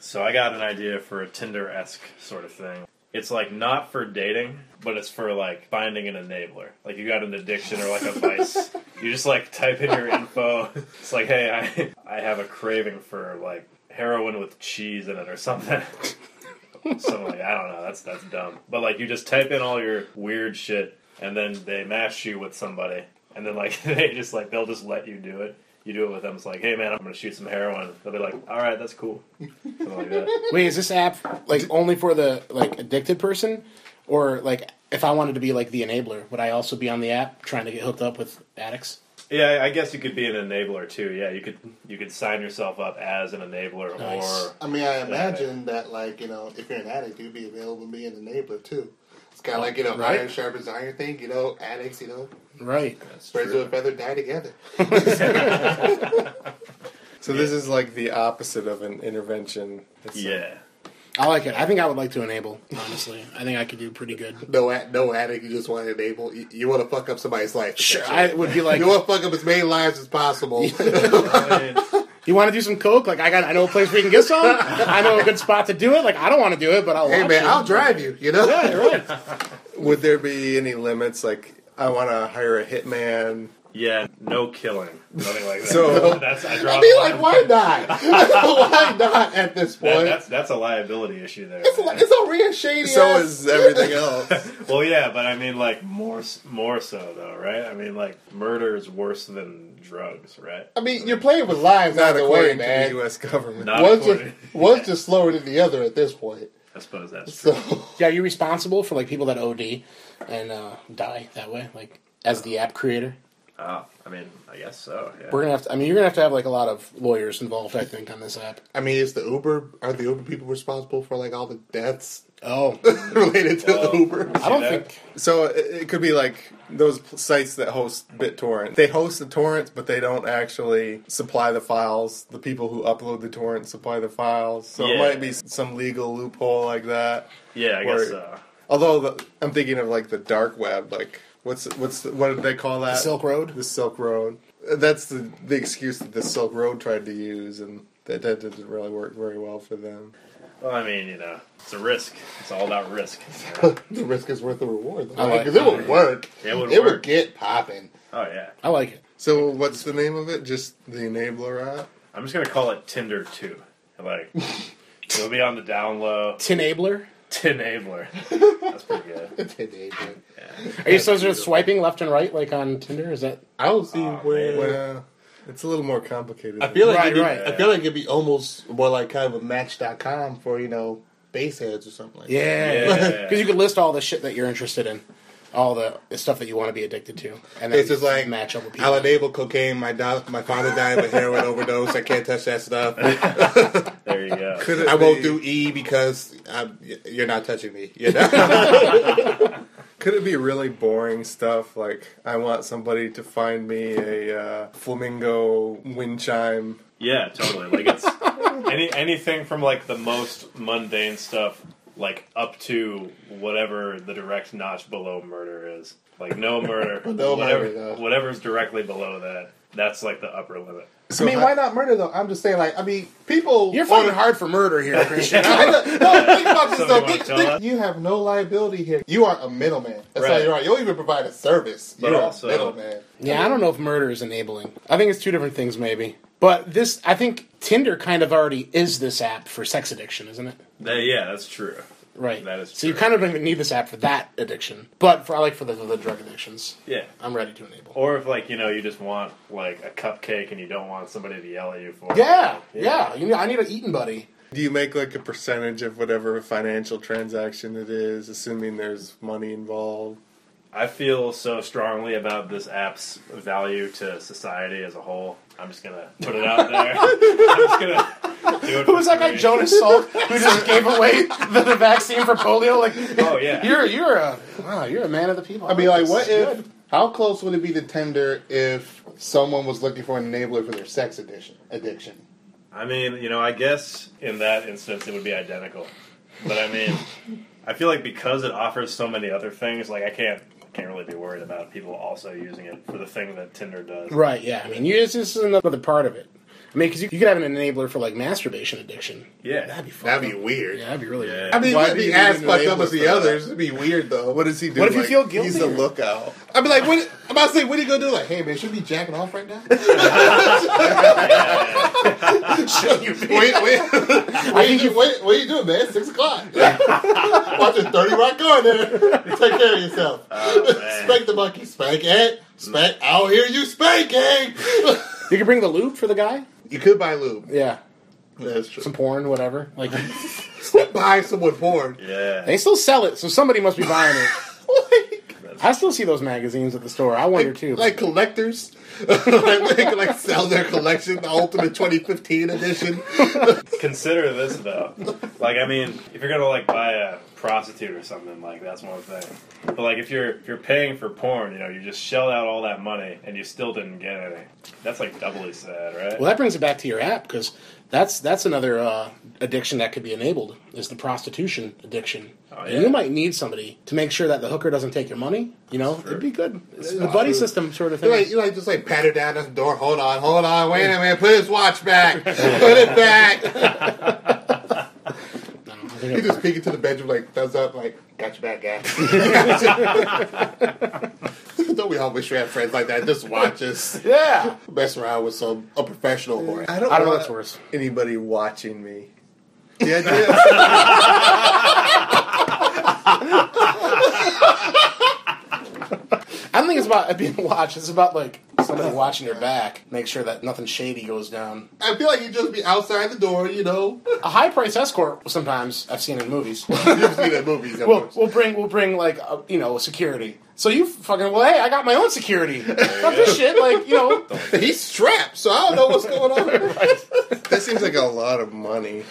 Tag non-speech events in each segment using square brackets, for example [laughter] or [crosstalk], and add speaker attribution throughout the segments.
Speaker 1: So I got an idea for a Tinder esque sort of thing. It's like not for dating, but it's for like finding an enabler. Like you got an addiction or like a vice. you just like type in your info. It's like, hey, I I have a craving for like heroin with cheese in it or something. something like I don't know. That's that's dumb. But like you just type in all your weird shit, and then they match you with somebody, and then like [laughs] they just like they'll just let you do it. You do it with them. It's like, hey man, I'm gonna shoot some heroin. They'll be like, all right, that's cool. Something like that.
Speaker 2: Wait, is this app like only for the like addicted person, or like if I wanted to be like the enabler, would I also be on the app trying to get hooked up with addicts?
Speaker 1: Yeah, I guess you could be an enabler too. Yeah, you could you could sign yourself up as an enabler
Speaker 2: Nice.
Speaker 1: or
Speaker 3: I mean, I imagine that, like, you know, if you're an addict, you'd be available to be an enabler, too. It's
Speaker 4: Oh,
Speaker 3: kind of like, you know,
Speaker 2: Right.
Speaker 3: iron sharpens iron thing, you know, addicts, you know,
Speaker 2: Right.
Speaker 3: birds of a feather die together.
Speaker 4: [laughs]
Speaker 3: [laughs]
Speaker 4: So this is like the opposite of an intervention. It's like-
Speaker 1: yeah.
Speaker 2: I like it. I think I would like to enable. Honestly, I think I could do pretty good.
Speaker 3: No, ad- no addict, you just want to enable, you, you want to fuck up somebody's life.
Speaker 2: Sure, I would be like,
Speaker 3: you want to fuck up as many lives as
Speaker 4: [laughs]
Speaker 3: possible.
Speaker 1: I mean,
Speaker 2: you want to do some coke? Like I got, I know a place we can get some. I know a good spot to do it. Like I don't want to do it, but I'll.
Speaker 3: hey,
Speaker 2: watch
Speaker 3: man,
Speaker 2: you.
Speaker 3: I'll drive you, you know?
Speaker 2: Yeah, right.
Speaker 4: [laughs] Would there be any limits? Like, I want to hire a hitman.
Speaker 1: yeah, no killing, nothing like that.
Speaker 4: So-
Speaker 1: [laughs] that's I draw.
Speaker 3: I
Speaker 1: the
Speaker 3: mean,
Speaker 1: line.
Speaker 3: like, why not? [laughs] why not at this
Speaker 1: That-
Speaker 3: point?
Speaker 1: that's that's a liability issue there.
Speaker 3: it's, like, it's a real shady
Speaker 4: So
Speaker 3: ass-
Speaker 4: is everything else.
Speaker 1: Well, yeah, but I mean, like more s- more so though, right? I mean, like murder is worse than drugs, right?
Speaker 3: I mean, you're playing with lives
Speaker 4: Not
Speaker 3: either way,
Speaker 4: according to
Speaker 3: man.
Speaker 4: the U.S. government.
Speaker 1: Not
Speaker 3: One's
Speaker 1: according-
Speaker 3: [laughs] just, one's just slower than the other at this point.
Speaker 1: I suppose that's true.
Speaker 3: So,
Speaker 2: Yeah, you're responsible for like people that OD and uh, die that way. Like as the app creator,
Speaker 1: Oh, I mean, I guess so. Yeah.
Speaker 2: we're gonna have. To, I mean, you're gonna have to have like a lot of lawyers involved. I think on this app.
Speaker 3: I mean, is the Uber are the Uber people responsible for like all the deaths [laughs]
Speaker 2: Oh,
Speaker 3: related to
Speaker 1: Whoa.
Speaker 3: the Uber?
Speaker 2: I
Speaker 3: [laughs]
Speaker 2: don't
Speaker 1: that?
Speaker 2: think.
Speaker 4: So it, it could be like those pl- sites that host BitTorrent. They host the torrents, but they don't actually supply the files. The people who upload the torrent supply the files. So it
Speaker 1: Yeah.
Speaker 4: might be s- some legal loophole like that.
Speaker 1: yeah, I
Speaker 4: Or-
Speaker 1: guess so.
Speaker 4: Although the, I'm thinking of like the dark web, like what's what's what did they call that?
Speaker 2: Silk Road?
Speaker 4: The Silk Road. That's the the excuse that the Silk Road tried to use, and that, that didn't really work very well for them. [laughs]
Speaker 1: Well, I mean, you know, it's a risk. It's all about
Speaker 3: [laughs]
Speaker 1: risk. Oh, you know?
Speaker 3: the risk is worth the reward,
Speaker 2: I like
Speaker 3: because it would work.
Speaker 1: Oh, It would
Speaker 3: It
Speaker 1: work.
Speaker 3: would get popping.
Speaker 1: oh yeah,
Speaker 2: I like it.
Speaker 4: So what's the name of it? Just the Enabler app.
Speaker 1: I'm just gonna call it Tinder Two. Like, it'll be on the down low.
Speaker 2: Tinabler.
Speaker 1: Tinabler. That's pretty good.
Speaker 3: It's enabling.
Speaker 2: Are you supposed to swiping left and right like on Tinder? Is that
Speaker 3: I don't see
Speaker 1: Aw,
Speaker 3: where.
Speaker 1: Oh, man.
Speaker 4: Well, it's a little more complicated.
Speaker 3: I feel like
Speaker 2: Right,
Speaker 3: it'd be,
Speaker 2: right.
Speaker 3: I feel like it'd be almost more like kind of a Match.com for you know baseheads or something like
Speaker 2: yeah? Because [laughs]
Speaker 1: Yeah.
Speaker 2: you could list all the shit that you're interested in, all the stuff that you want to be addicted to, and then
Speaker 3: It's just like
Speaker 2: match up with people.
Speaker 3: I'll enable cocaine. My da- my father died of a heroin overdose. I can't touch that stuff.
Speaker 4: [laughs]
Speaker 1: There you go.
Speaker 4: Could it
Speaker 3: I won't
Speaker 4: be-
Speaker 3: do E because
Speaker 4: um,
Speaker 3: I'm, you're not touching me.
Speaker 1: [laughs]
Speaker 3: You know?
Speaker 4: Could it be really boring stuff like I want somebody to find me a uh, flamingo wind chime?
Speaker 1: Yeah, totally. Like it's any anything from like the most mundane stuff, like up to whatever the direct notch below murder is. Like no murder,
Speaker 3: No
Speaker 1: whatever,
Speaker 3: murder, no.
Speaker 1: whatever's directly below that. That's like the upper limit.
Speaker 4: So
Speaker 3: I mean,
Speaker 4: how-
Speaker 3: why not murder though? I'm just saying, like, I mean, people.
Speaker 2: You're
Speaker 3: on-
Speaker 2: fighting hard for murder here, [laughs] Christian.
Speaker 3: I know- no,
Speaker 1: [laughs]
Speaker 3: think about this
Speaker 1: Something
Speaker 3: though.
Speaker 1: you wanna
Speaker 3: Think-
Speaker 1: tell
Speaker 3: think-
Speaker 1: us?
Speaker 3: you have no liability here. You are a middleman. That's how
Speaker 1: Right.
Speaker 3: you are. You don't even provide a service.
Speaker 1: But
Speaker 3: You're
Speaker 1: also-
Speaker 3: a middleman.
Speaker 2: Yeah, I don't know if murder is enabling. I think it's two different things, maybe. But this, I think Tinder kind of already is this app for sex addiction, isn't it?
Speaker 1: That- yeah, that's true.
Speaker 2: Right.
Speaker 1: That is
Speaker 2: So you
Speaker 1: true.
Speaker 2: kind of don't even need this app for that addiction. But for I like for the, the drug addictions,
Speaker 1: Yeah.
Speaker 2: I'm ready to enable.
Speaker 1: Or if like you know you just want like a cupcake and you don't want somebody to yell at you for it.
Speaker 2: Yeah, yeah. You know, I need an eating buddy.
Speaker 4: do you make like a percentage of whatever financial transaction it is, assuming there's money involved?
Speaker 1: I feel so strongly about this app's value to society as a whole. I'm just gonna put it out
Speaker 2: [laughs]
Speaker 1: there. I'm just gonna do it.
Speaker 2: Who was that guy,
Speaker 1: Jonah?
Speaker 2: Jonas Salk,
Speaker 1: [laughs]
Speaker 2: who just gave away the, the vaccine for polio? Like,
Speaker 1: Oh yeah.
Speaker 2: you're you're a wow, you're a man of the people.
Speaker 3: I mean, like, what
Speaker 2: This is
Speaker 3: if? How close would it be to tender if someone was looking for an enabler for their sex addiction? Addiction.
Speaker 1: I mean, you know, I guess in that instance it would be identical. But I mean, I feel like because it offers so many other things, like I can't can't really be worried about people also using it for the thing that Tinder does.
Speaker 2: good. Right. Yeah. I mean, you, this is another part of it. I mean, because you, you could have an enabler for like masturbation addiction.
Speaker 1: Yeah.
Speaker 2: That'd be fun.
Speaker 3: That'd be weird.
Speaker 2: Yeah, that'd be really.
Speaker 1: Yeah.
Speaker 3: I mean,
Speaker 4: Why do
Speaker 3: Why
Speaker 4: you
Speaker 3: be
Speaker 4: need
Speaker 3: as
Speaker 4: an
Speaker 3: fucked up
Speaker 4: enabler
Speaker 3: as
Speaker 4: for
Speaker 3: the
Speaker 4: that?
Speaker 3: others. It'd be weird though.
Speaker 4: What does he do?
Speaker 2: What if you
Speaker 4: Like,
Speaker 2: feel guilty?
Speaker 4: He's the lookout.
Speaker 3: I'd be like, what? I'm about to say, what are you gonna do? Like, hey man, should we be jacking off
Speaker 4: [laughs]
Speaker 3: right now?
Speaker 2: Should you be?
Speaker 3: wait, wait, wait, you, wait, what are you doing, man? Six o'clock. [laughs] Watching Thirty Rock Garden. Take care of yourself.
Speaker 4: Oh,
Speaker 3: spank the monkey, spank it, spank. I'll hear you spanking.
Speaker 2: You could bring the lube for the guy.
Speaker 3: you could buy lube.
Speaker 2: Yeah,
Speaker 3: That's true.
Speaker 2: some porn, whatever. Like
Speaker 3: buy someone porn.
Speaker 1: Yeah.
Speaker 2: they still sell it, so somebody must be buying it.
Speaker 3: like,
Speaker 2: I still see those magazines at the store. I wonder too.
Speaker 3: like collectors. [laughs] like they can like sell their collection, the Ultimate 2015 edition. [laughs]
Speaker 1: Consider this though. Like, I mean, if you're gonna like buy a prostitute or something, like that's one thing. But like, if you're if you're paying for porn, you know, you just shelled out all that money and you still didn't get any. That's like doubly sad, right?
Speaker 2: well, that brings it back to your app because that's that's another uh, addiction that could be enabled is the prostitution addiction.
Speaker 1: Oh,
Speaker 2: And
Speaker 1: yeah.
Speaker 2: You might need somebody to make sure that the hooker doesn't take your money. You know, it'd be good. It's the buddy system sort of
Speaker 3: You
Speaker 2: thing.
Speaker 3: like, you like just like pat her down at the door. Hold on, hold on, wait a minute. Put his watch back. Put it back.
Speaker 2: No, I
Speaker 3: He
Speaker 2: think
Speaker 3: just peek into the bedroom like thumbs up, like got your back, guy. [laughs] Don't we all wish we had friends like that? Just watch us
Speaker 2: yeah,
Speaker 3: mess around with some a professional or
Speaker 4: I don't,
Speaker 2: I don't know
Speaker 4: want
Speaker 2: what's worse.
Speaker 4: Anybody watching me? The idea.
Speaker 2: I don't think it's about it being [laughs] watched. It's about like somebody watching your back, make sure that nothing shady goes down.
Speaker 3: I feel like you just be outside the door, you know.
Speaker 2: A high price escort sometimes I've seen in movies.
Speaker 3: You've seen that movie. of
Speaker 2: We'll,
Speaker 3: course.
Speaker 2: we'll bring we'll bring like uh, you know security. So you fucking well hey I got my own security. Fuck this shit like you know
Speaker 3: [laughs] He's strapped, so I don't know what's
Speaker 4: [laughs]
Speaker 3: going on.
Speaker 4: that seems like a lot of money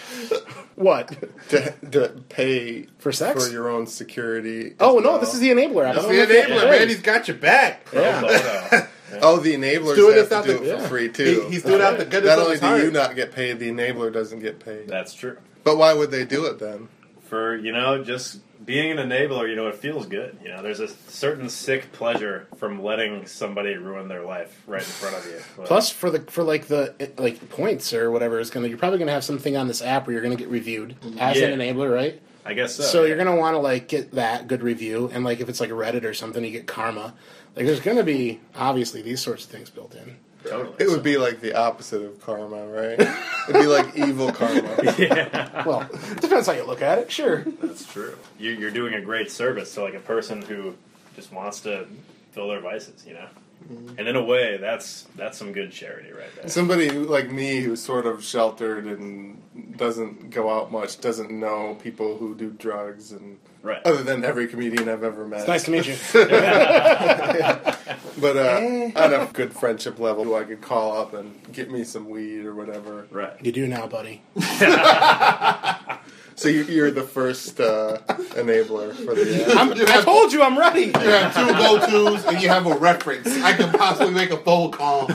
Speaker 2: what
Speaker 4: to, to pay
Speaker 2: for sex.
Speaker 4: for your own security. as
Speaker 2: oh no,
Speaker 4: well.
Speaker 2: this is the enabler app. I
Speaker 3: That's the
Speaker 2: don't know if you-
Speaker 3: enabler, man. He's got your back.
Speaker 1: Well,
Speaker 2: Yeah. [laughs]
Speaker 1: but, uh,
Speaker 4: Oh, the enablers
Speaker 3: doing
Speaker 4: have
Speaker 3: this out
Speaker 4: to do
Speaker 3: the-
Speaker 4: it for
Speaker 2: yeah.
Speaker 4: free too.
Speaker 3: He, he's doing out the goodness
Speaker 4: not
Speaker 3: of
Speaker 4: only
Speaker 3: his
Speaker 4: do
Speaker 3: heart.
Speaker 4: you not get paid, the enabler doesn't get paid.
Speaker 1: that's true.
Speaker 4: But why would they do it then?
Speaker 1: for you know just being an enabler you know it feels good you know there's a certain sick pleasure from letting somebody ruin their life right in front of you But-
Speaker 2: Plus for the for like the like points or whatever is gonna you're probably gonna have something on this app where you're gonna get reviewed as
Speaker 1: Yeah.
Speaker 2: an enabler right.
Speaker 1: i guess so,
Speaker 2: So
Speaker 1: yeah.
Speaker 2: you're gonna want to like get that good review, and like if it's like Reddit or something, you get karma. Like there's gonna be obviously these sorts of things built in. [laughs]
Speaker 1: totally [laughs]
Speaker 4: It would be like the opposite of karma, right? It'd be
Speaker 3: [laughs]
Speaker 4: like evil karma.
Speaker 2: Well, depends how you look at it. Sure.
Speaker 1: that's true you, you're doing a great service to like a person who just wants to fill their vices you know and in a way that's that's some good charity right there
Speaker 4: Somebody who, like me who's sort of sheltered and doesn't go out much, doesn't know people who do drugs and
Speaker 1: right
Speaker 4: other than every comedian I've ever met.
Speaker 2: Nice to meet you.
Speaker 4: But uh, on a good friendship level, who I could call up and get me some weed or whatever.
Speaker 1: right
Speaker 2: You do now, buddy.
Speaker 4: So you, you're the first uh, enabler for the.
Speaker 2: I'm, I told you I'm ready.
Speaker 3: You have two [laughs] go tos and you have a reference. I can possibly make a phone call.